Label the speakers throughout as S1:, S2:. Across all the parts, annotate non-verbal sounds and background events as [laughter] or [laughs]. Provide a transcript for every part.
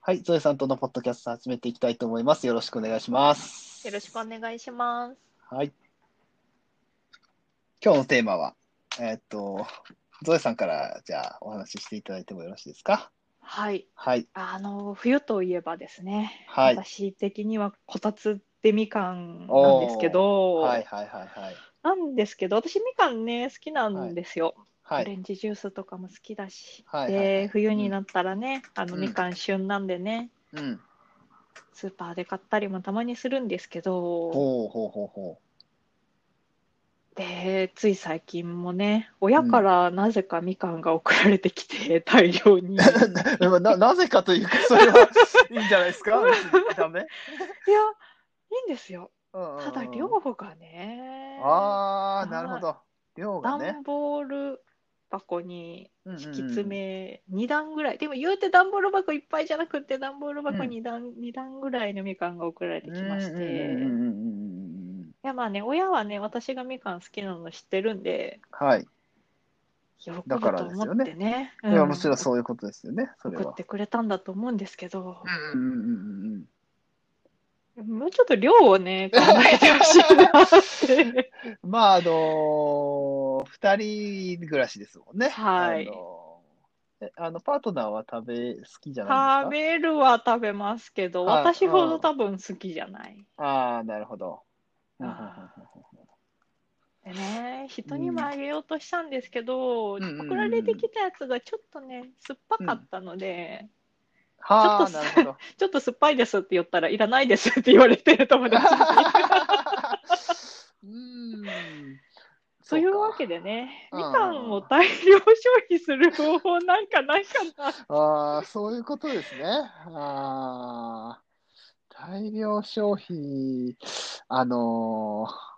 S1: はい、ゾエさんとのポッドキャスト始めていきたいと思います。よろしくお願いします。
S2: よろしくお願いします。
S1: はい。今日のテーマは、えーっと、ゾエさんからじゃあお話ししていただいてもよろしいですか
S2: はい。
S1: はい。
S2: あの、冬といえばですね、
S1: はい
S2: 私的にはこたつでみかんなんですけど、
S1: はいはいはいはい。
S2: なんですけど、私みかんね、好きなんですよ。
S1: は
S2: オレ
S1: い。
S2: ンジジュースとかも好きだし。
S1: はい
S2: で、
S1: はいはい
S2: 冬になったらね、あの
S1: うん
S2: みかん旬なんでね、
S1: うん。
S2: スーパーで買ったりもたまにするんですけど、
S1: ほうほうほうほ
S2: で、つい最近もね、親からなぜかみかんが送られてきて、大量
S1: [laughs]
S2: に。
S1: う。な [laughs] ななぜかというか、それはいいんじゃないですか別にダメ
S2: いや、いいんですよ。
S1: うんうんうん
S2: ただ量がね、
S1: ああ、なるほど。量がね
S2: 段。ボール箱に
S1: 引
S2: 引き詰め2段ぐらい、でも言うて段ボール箱いっぱいじゃなくて段ボール箱
S1: うん
S2: 2段,、二段ぐらいのみかんが送られてきまして、
S1: うんうんうん
S2: い
S1: うんうんうん
S2: やまあね親はね私がみかん好きなの知ってるんで
S1: はい。
S2: 喜ぶと
S1: だからです
S2: 思
S1: よ
S2: っ
S1: ね
S2: てね
S1: いや、もちろん
S2: う
S1: そういうことですよね、そ
S2: ん
S1: れ
S2: 送っ
S1: は。
S2: てくれたんだと思うんですけど、
S1: うんうんうんうん
S2: もうちょっと量をね考えてほしいなって
S1: うん。まあ、あのー、二人暮らしですもんね。
S2: はい
S1: [laughs] あのーえあのパートナーは食べ好きじゃない
S2: 食
S1: です
S2: べるは食べますけど
S1: はい
S2: 私ほ
S1: う
S2: ど
S1: ん
S2: 多分好きじゃない。
S1: かああ、なるほど。うんうんうんうん
S2: あでね、人にもあげようとしたんですけど、
S1: うんうんうんうん
S2: 送られてきたやつがちょっとね酸っぱかったので、
S1: はあ、
S2: ちょ
S1: な
S2: っと
S1: る
S2: さ
S1: ほど。
S2: ちょっと酸っぱいですって言ったらいらないですって言われてる
S1: [laughs]
S2: 友達に
S1: うーん。
S2: [laughs] というわ
S1: け
S2: けでね
S1: うん
S2: みかんを大量消費する方法なんかないかな
S1: [laughs] ああ、そういうことですね。ああ、大量消費、あのー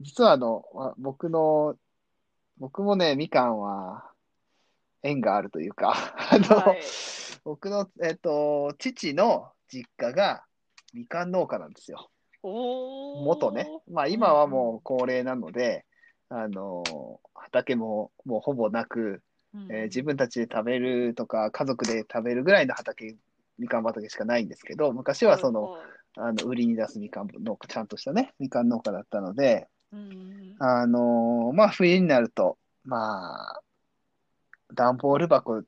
S1: 実はあの、わ僕の、僕もね、みかんは縁があるというか、 [laughs] あの、
S2: はい
S1: 僕の、えっと、父の実家がみかん農家なんですよ。
S2: おー
S1: 元ね。まあ今はもう高齢なので、あのー畑ももうほぼなく、
S2: うん
S1: えー自分たちで食べるとか家族で食べるぐらいの畑みかん畑しかないんですけど昔はその,、あの売りに出すみかん農家ちゃんとしたねみかん農家だったので、
S2: うん
S1: あのーまあ、冬になるとまあ段ボール箱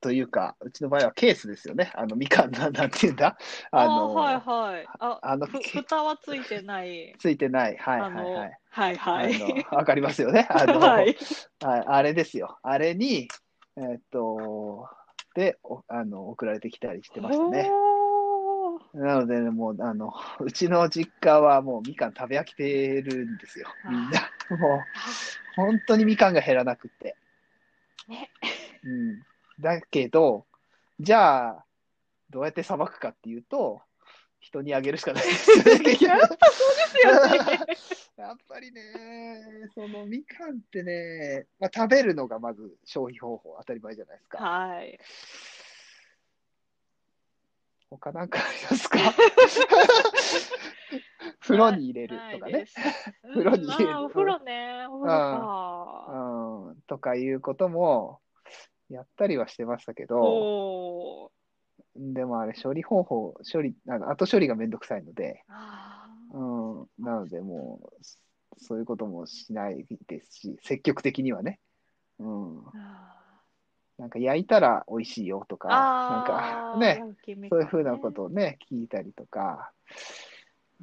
S1: というかうちの場合はケースですよねあのみかんななんて言うんだあ
S2: あ
S1: のー
S2: はいはいあ
S1: あの
S2: ふ
S1: き
S2: 蓋はついてない
S1: ついてないはいは
S2: あ
S1: い
S2: の
S1: はい。
S2: はいは
S1: あ
S2: い
S1: のわかりますよね。 [laughs] あの
S2: はい
S1: ああれですよ。あれに、えーっと、で、おあの送られてきたりしてましたね。
S2: おー
S1: なので、ね、もう、あの、うちの実家はもうみかん食べ飽きてるんですよ。みんな。もう、本当にみかんが減らなくって。
S2: ね
S1: うん。だけど、じゃあ、どうやってさばくかっていうと、人にあげるしかないですよね
S2: [laughs]
S1: 結局
S2: やっぱそうですよね
S1: やっぱりね、そのみかんってね、まあ、食べるのがまず消費方法、当たり前じゃないですか。
S2: はい
S1: 他なんかあります
S2: [laughs]
S1: か風呂に入れるとか
S2: ない
S1: ね
S2: で。す。
S1: 風呂に入れる
S2: うんあーお風呂ね、お風呂か。
S1: うん、とかいうこともやったりはしてましたけど、
S2: おー
S1: でもあれ処理方法、処理、あの後処理がめんどくさいので、
S2: あー
S1: うん、なのでもう、そういうこともしないですし、積極的にはね。うんなんか焼いたら美味しいよとか、なん
S2: あ
S1: か
S2: ー、
S1: ね、
S2: 大きいみか
S1: そう
S2: んね
S1: いうふうなことをね、聞いたりとか、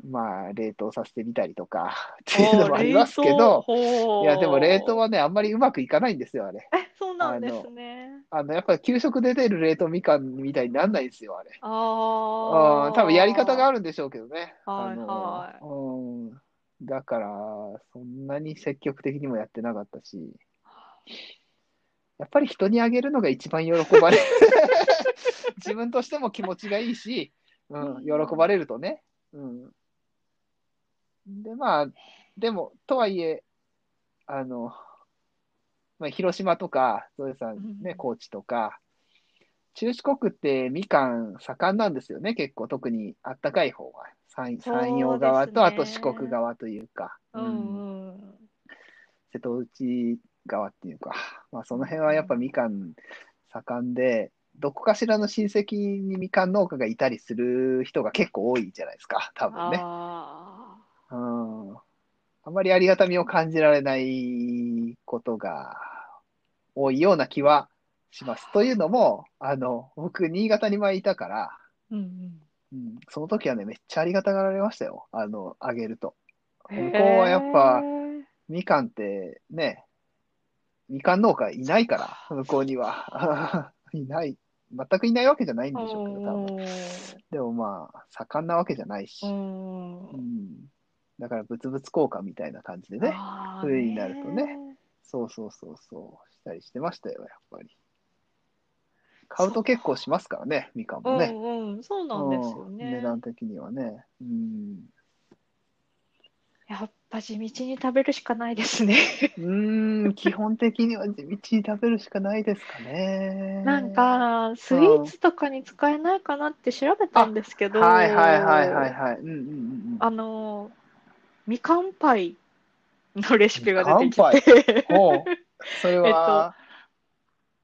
S1: まあ、冷凍させてみたりとか、っていうのもありますけど、
S2: おー冷凍
S1: いや、でも冷凍
S2: は。
S1: はね、あんまりうまくいかないんですよ、あれ。
S2: え、そうなんですね。
S1: あの、やっぱり給食で出る冷凍みかんみたいになんないんですよ、あれ。
S2: あ
S1: うん、
S2: あ。
S1: 多分やり方がある
S2: る。
S1: んでしょうけどね。
S2: はい
S1: あの、うん。だから、そんなに積極的にもやってなかったし、やっぱり人にあげるのが一番喜ば
S2: [laughs]
S1: れる。自分としても気持ちがいいし、うん、喜ばれるとね。うん。で、まあ、でも、とはいえ、あの、まあ、広島とか、ゾエさん
S2: う
S1: ね、
S2: ん
S1: 高知とか、中四国ってみかん盛んなんですよね、結構、特にあったかい方は。山山陽側と、
S2: そう
S1: あ
S2: で
S1: と
S2: す
S1: 四
S2: ね
S1: 国側というか、
S2: う
S1: うん
S2: んうん。
S1: 瀬戸内側っていうか、まあ、その辺はやっぱみかん盛んで、どこかしらの親戚にみかん農家がいたりする人が結構多いじゃないですか、多分ね。
S2: あ
S1: うん。あまりありがたみを感じられないことが多いような気はします。というのも、あの、僕、新潟に前いたから、
S2: ーうん
S1: うん、その時はね、めっちゃありがたがられましたよ。あの、あげると。
S2: うん
S1: 向こうはやっぱ
S2: へー
S1: みかんってね、みかん農家いないから、向こうには。 [laughs] いない。全くいないわけじゃないんでしょうけど、多分。でもまあ、盛んなわけじゃないし。
S2: うん
S1: う
S2: うん
S1: ん。だから、物々交換みたいな感じでね。
S2: あー
S1: 冬になるとねそうそうそうそう。したりしてましたよ、やっぱり。買うと結構しますからね、みかん
S2: う
S1: も
S2: ん
S1: ね。
S2: うんそうなんですよ
S1: うん値
S2: ね
S1: 段的にはね。うん。
S2: やっぱ地道に食べるしかないですね
S1: うーん、基本的には地道に食べるしかないですかね。
S2: なん、かスイーツとかに使えないかなって調べたんですけど
S1: はいはいはいはいはい。うんうんうんうん。
S2: あのーみかんパイのレシピが出てき
S1: みかん
S2: てう [laughs]
S1: ほうそれは、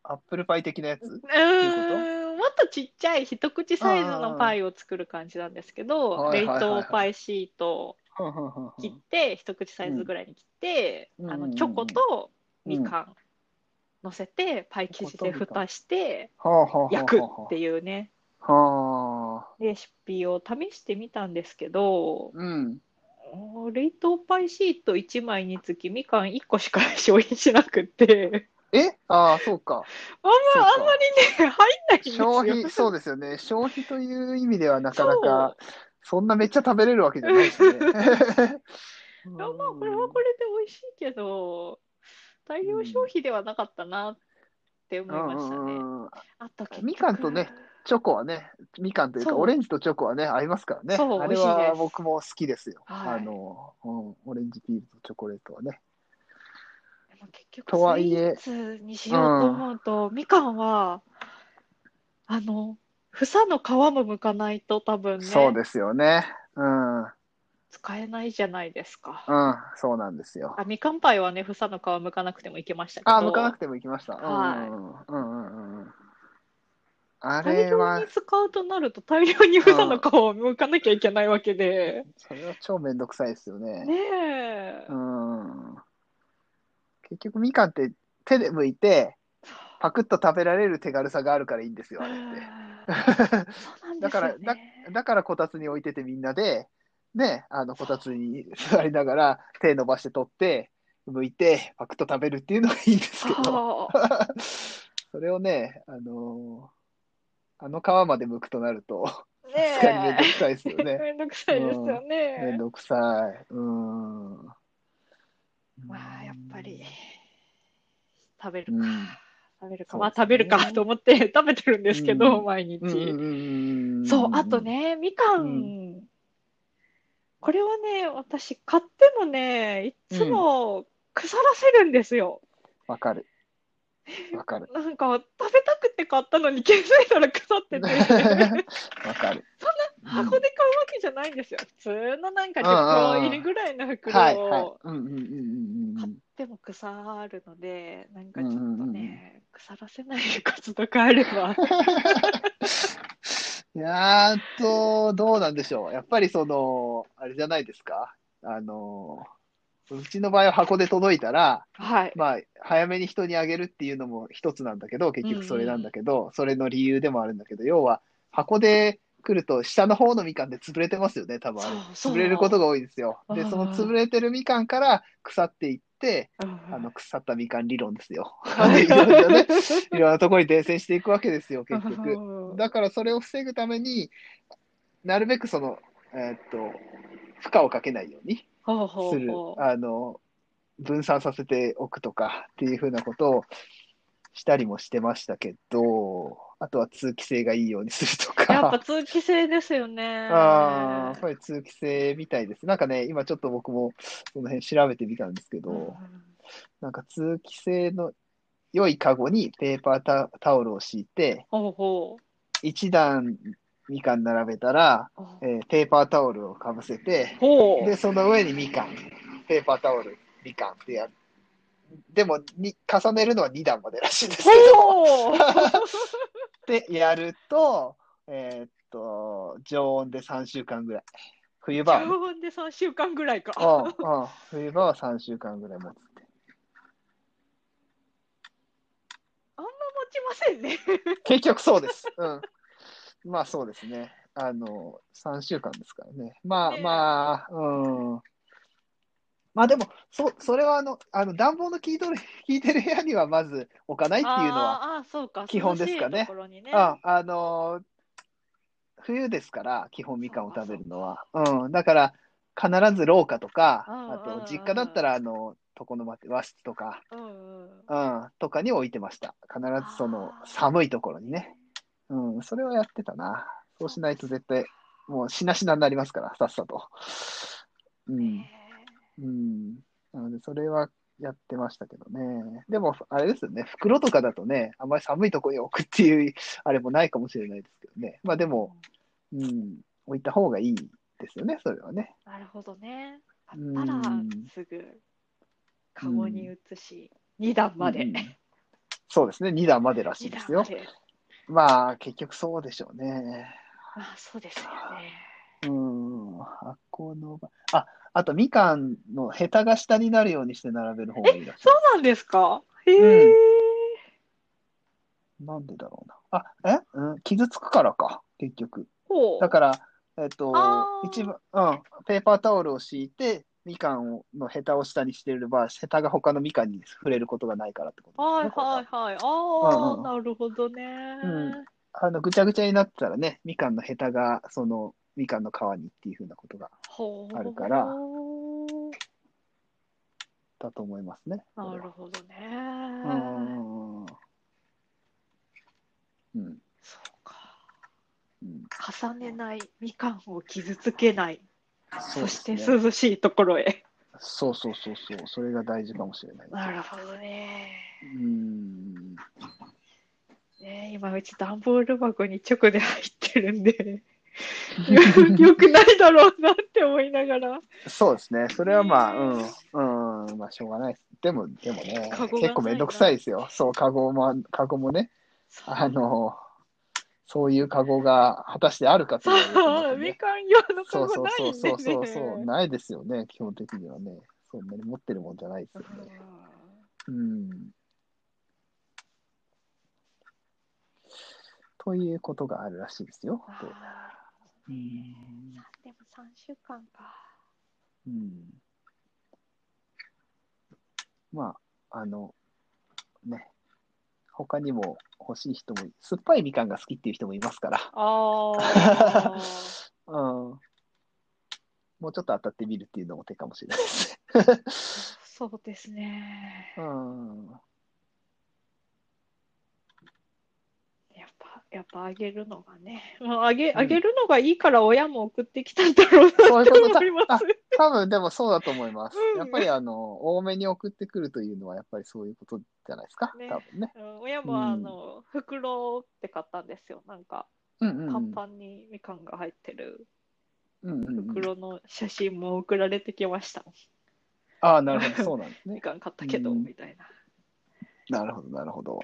S1: アップルパイ的なやつ
S2: ーんもっとちっちゃい一口サイズのパイを作る感じなんですけど
S1: はいはい
S2: 冷
S1: はいはい
S2: 凍パイシートを切って一口サイズぐらいに切って
S1: うん
S2: あ
S1: うんうんう
S2: の
S1: ん
S2: チョコとみかん乗せてパイ生地で蓋して焼くって
S1: いう。
S2: いうね
S1: はあ。
S2: レシピを試してみたんですけど
S1: うん。
S2: 冷凍パイシート1枚につきみかん1個しか消費しなくて
S1: えああ、そうか。
S2: あんま
S1: そうか
S2: あんまりね入んないんですよ
S1: 消
S2: [laughs]
S1: 費、そうですよね。消費という意味ではなかなか、そんなめっちゃ食べれるわけじゃないし
S2: [laughs]
S1: ね。
S2: いやまあこれはこれで美味しいけど大量消費ではなかったなって思いましたね、
S1: うんうんうん
S2: あと結局
S1: みかんとねチョコはね、みかんというか、
S2: そう
S1: オレンジとチョコはね、合いますからね。
S2: そう
S1: あれ
S2: 美味しいで
S1: は
S2: す
S1: 僕も好きですよ。
S2: はい
S1: あの、うん、オレンジピールとチョコレートはね。
S2: でも結局
S1: とはいえ
S2: スイーツにしようと思うと、みかんはあの房の皮も剥かないと多分ね
S1: そうですよね。うん、うん、
S2: 使えないじゃないですか、
S1: そうなんですよ。
S2: あみかんパイはね房の皮剥かなくてもいけましたけど
S1: あ、向かなくても行きました。うん、
S2: はい
S1: うん、うん、うん。あ
S2: 大
S1: れ
S2: 量
S1: は
S2: に、使うとなると大量に房の皮を剥かなきゃいけないわけで、
S1: それは超めんどくさいですよね。
S2: ねえ、
S1: うん。結局、みかんって手で剥いて、パクッと食べられる手軽さがあるからいいんですよ、あれって。
S2: [laughs] そうなんですよね
S1: だからだだからこたつに置いててみんなで、ね、あのこたつに座りながら手伸ばして取って、剥いて、パクッと食べるっていうのがいいんですけど、
S2: はあ
S1: それをね、あのーあの皮まで剥くとなると、
S2: ね
S1: 確かにめんどくさいですよ
S2: え。
S1: ね。
S2: [laughs] めんどくさい
S1: め
S2: ですよ
S1: んどくさい。うん。
S2: ね。まあ、やっぱり。食べ
S1: う
S2: る
S1: ん。
S2: か。
S1: うん
S2: 食べる
S1: そ
S2: か。
S1: う
S2: まあ、
S1: ですね
S2: 食べるかと思って食べてるんですけ
S1: う
S2: ど、
S1: ん
S2: 毎
S1: うんうん
S2: 日。
S1: うんうん
S2: そう、あと。ね、みか。
S1: うん
S2: これはね、私、買ってもね、いつも腐らせるんですよ。
S1: わかる。わか
S2: [laughs]
S1: る。
S2: なんか、食べたくて買ったのに気づいたら腐ってて。
S1: [laughs] わかる。
S2: 箱で買うわけじゃないんですよ。普通のなんか
S1: うんうんうん
S2: 10個入りぐらいの
S1: うん
S2: 袋
S1: はい
S2: を。
S1: はい。うんうんうんうんうん。
S2: でも腐るので、なんかちょっと
S1: うんうんうん
S2: ね、腐らせないコツとかあれ
S1: [laughs]
S2: ば。
S1: いやーっと、どうなんでしょう。やっぱりその、あれじゃないですか。あの、うちの場合は箱で届いたら、
S2: はい。
S1: まあ、早めに人にあげるっていうのも一つなんだけど、結局それなんだけど、それの理由でもあるんだけど、要は、箱で来ると、下の方のみかんで潰れてますよね、多分あれ。
S2: そうそう
S1: 潰れることが多いですよ。で、
S2: うん
S1: その潰れてるみかんから腐っていって、あ
S2: あ
S1: の、腐ったみかん理論ですよ。
S2: はい
S1: いろいろね、いろんなところに伝染していくわけです
S2: [laughs]
S1: よ、結局。だからそれを防ぐためになるべくその、えーっと負荷をかけないように
S2: ほう
S1: す
S2: ほう
S1: る
S2: ほう
S1: あの分散させておくとかっていうふうなことをしたりもしてましたけどあとは通気性がいいようにするとか
S2: や
S1: [laughs]
S2: っぱ通気性ですよね。
S1: あーやっぱり通気性みたいですなんかね今ちょっと僕もその辺調べてみたんですけど、なんか通気性の良いカゴにペーパータタオルを敷いて
S2: ほうほ
S1: 1段みかん並べたら
S2: う。
S1: えーペーパータオルをかぶせて、
S2: ほ
S1: で、その上にみかん、ペーパータオル、みかんってやる。でもに、重ねるのは2段までらしいんですけ
S2: う。ほう。
S1: ってやると、えーっと、常温で3週間ぐらい。冬場は
S2: [laughs]
S1: ね、
S2: 常温で3週間ぐらいか。
S1: うんうん冬場は3週間ぐらい持つって。
S2: あんま持ちませんね。
S1: 結局そうです。うん。まあそうですね。あの、3週間ですからね。まあ
S2: ねえ
S1: まあ、うん。まあでも、そそれはあの、あの暖房の効いとる効いてる部屋にはまず置かないっていうのは、
S2: あーあー、そうか。
S1: 基本ですかね
S2: 涼しいところにね
S1: ああのー冬ですから、基本みかんを食べるのは。うん。だから、必ず廊下とか、
S2: うん
S1: あ
S2: うんうん
S1: と、実家だったら、あの、床の間和室とか、
S2: うんうん。
S1: うん、とかに置いてました。必ずその
S2: あー
S1: 寒いところにね。うん、それはやってたな。そうしないと絶対、もうしなしなになりますから、さっさと。うん、
S2: ね
S1: うん。なので、それはやってましたけどね。でも、あれですよね、袋とかだとね、あんまり寒いところに置くっていう、あれもないかもしれないですけどね。まあでも、うん、置いた方がいいですよね、それはね。
S2: なるほどね。あったら
S1: うん
S2: すぐ、カゴに移し、2段まで。
S1: うんそうですね、2段までらしい
S2: 2
S1: で
S2: 段
S1: す
S2: ま
S1: よ。
S2: で。
S1: まあ、結局そうでしょうね。
S2: まあ、そうですよね。
S1: うーん、発酵の場。あ、あとみかんのヘタが下になるようにして並べる方がいいらしい
S2: そうなんですかへえ、
S1: うなんでだろうな。あ、え、うん、傷つくからか、結局。
S2: ほう。
S1: だから、えっと
S2: あ、ー
S1: 一番、うん、ペーパータオルを敷いて、みかんをのヘタを下にしてれば、ヘタが他のみかんに触れることがないからってこと
S2: は
S1: です
S2: い
S1: ねこれ
S2: はい
S1: は
S2: はい。ああ、
S1: うんうん
S2: なるほどね。
S1: んあの、ぐちゃぐちゃになったらね、みかんのヘタが、その、みかんの皮にっていうふうなことが、
S2: ほう。
S1: あるから
S2: な
S1: だと思いますね。これは
S2: るほどね。
S1: うーん。うん。
S2: そうか。
S1: うん
S2: 重ねない、みかんを傷つけない、
S1: そ
S2: そう
S1: で
S2: して
S1: すね
S2: 涼しいところへ。
S1: そうそうそうそう、それが大事かもしれない。
S2: なるほどね。
S1: うーん。
S2: ねえ今うち段ボール箱に直で入ってるんで、 [laughs] よくないだろうなって思いながら、
S1: そうですね、それはまあ、
S2: ね
S1: うん、うん、まあしょうがないです。でも、でもね
S2: カゴがない、から
S1: 結構めんどくさいですよ。そう、カゴも、カゴもね、
S2: そう
S1: あの、そういうカゴが果たしてあるかと
S2: そ
S1: いうとまた
S2: う、み
S1: ね
S2: かん用のカ
S1: そうそ
S2: ゴ
S1: う
S2: ない
S1: そうんそ
S2: で
S1: うそうそう、
S2: ね。
S1: ないですよね、基本的にはね。そんなに持ってるもんじゃないですよね。うん。ということがあるらしいですよ。
S2: あ
S1: どう
S2: ーね
S1: うん
S2: えでも3週間か。
S1: うんまあ、あの、ね、他にも欲しい人も、酸っぱいみかんが好きっていう人もいますから、
S2: ああ。
S1: うん、もうちょっと当たってみるっていうのも手かもしれないです。
S2: [laughs] そうですね。
S1: うん、
S2: やっぱ、やっぱあげるのがね。まあ、あげ、あげるのがいいから親も送ってきたんだろう
S1: そう
S2: なっ
S1: いう
S2: て
S1: ことだ
S2: 思います。
S1: 多分でもそうだと思います
S2: うん。
S1: やっぱりあの、多めに送ってくるというのは、やっぱりそういうことじゃないですか、
S2: ね
S1: 多分ね。
S2: うん親
S1: う
S2: も
S1: ん
S2: あの、袋って買ったんですよ。なんか、
S1: うんうん
S2: パ
S1: う
S2: ン
S1: ん。
S2: パンにみかんが入ってる
S1: うんうんうん、
S2: 袋の写真も送られてきました。
S1: ああ、なるほど、そうなんです
S2: み
S1: ね。
S2: かん買ったけど、
S1: うん
S2: みたいな。
S1: なるほど、なるほど。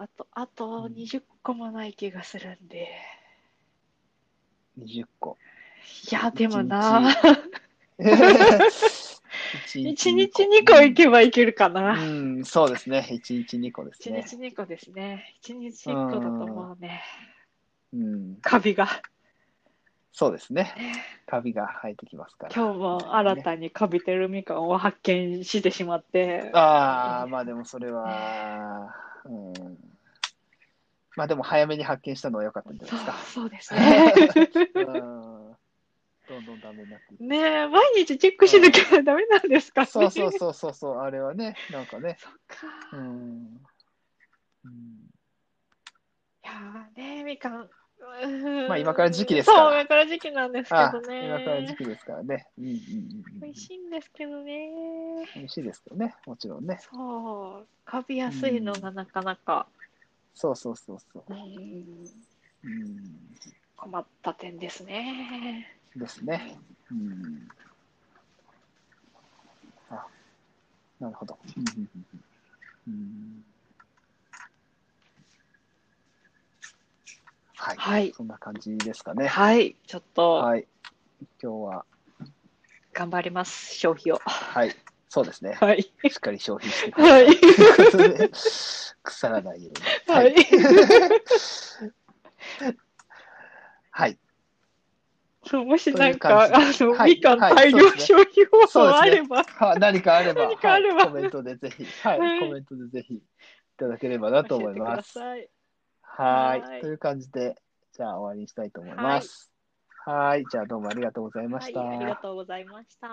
S2: あと、あと20個もない気がするんで。
S1: 20個。
S2: いや、でもな、
S1: 一
S2: [laughs] 1日2個い
S1: け
S2: けばいけるか
S1: う
S2: な。
S1: ん、そうですね。一日二個です
S2: 1
S1: ね。
S2: 日2個ですね。1日1個だともうね、
S1: うん、
S2: カビが。
S1: そうですね。カビが生えてきますから。
S2: 今日も新たにカビてるみかんを発見してしまって。
S1: ああ、まあでもそれは、うん。まあでも早めに発見したのは良かったんじゃない
S2: そう
S1: ですか。
S2: そうです
S1: [laughs]
S2: ね。
S1: うん。どんどんダメになっていく。
S2: ねえ、毎日チェックしなきゃダメなんですかね
S1: そうそうそうそうそう、あれはね、なんかね。
S2: そっ
S1: う
S2: か。
S1: ん。うん
S2: いやーねえ、みかん。うーん
S1: まあ今から時期ですから
S2: そう、今から時期なんですけ
S1: あ
S2: ど
S1: あ、今から時
S2: ね。
S1: 期ですからね。うんうんうんうん。
S2: 美味しいんですけどね。
S1: 美味しいですけどね、もちろんね。
S2: そう、カビやすいのがなかなか、
S1: そうそうそうそう。
S2: うん
S1: うん、
S2: 困った点ですね。
S1: ですね。うん、あなるほど。うんうんうんうんはい、
S2: はい
S1: そんな感じですかね。
S2: はい、ちょっと
S1: はい。今日は、
S2: 頑張ります、消費を。
S1: はい、そうですね。
S2: はい。
S1: しっかり消費してくだ [laughs]
S2: はい。
S1: さい腐らないように。
S2: はい。。
S1: はい。
S2: もしなん
S1: と
S2: か、
S1: いう
S2: あ
S1: 感じ
S2: の、
S1: はい
S2: みかん
S1: はい
S2: 大量
S1: そうです
S2: 消費
S1: そうです
S2: 法
S1: ね
S2: あれば、
S1: は何かあれば、
S2: 何かあれ
S1: はい
S2: ば
S1: コメントでぜひ、はい、
S2: はい
S1: コメントでぜひいただければなと思います。
S2: 教
S1: は
S2: え
S1: ー
S2: て
S1: い
S2: はい
S1: という感じで、じゃあ終わりにしたいと思います。はーい、じゃあどうもありがとうござい
S2: く
S1: ま
S2: ださ
S1: し
S2: い。
S1: た。
S2: はい、ありがとうございました。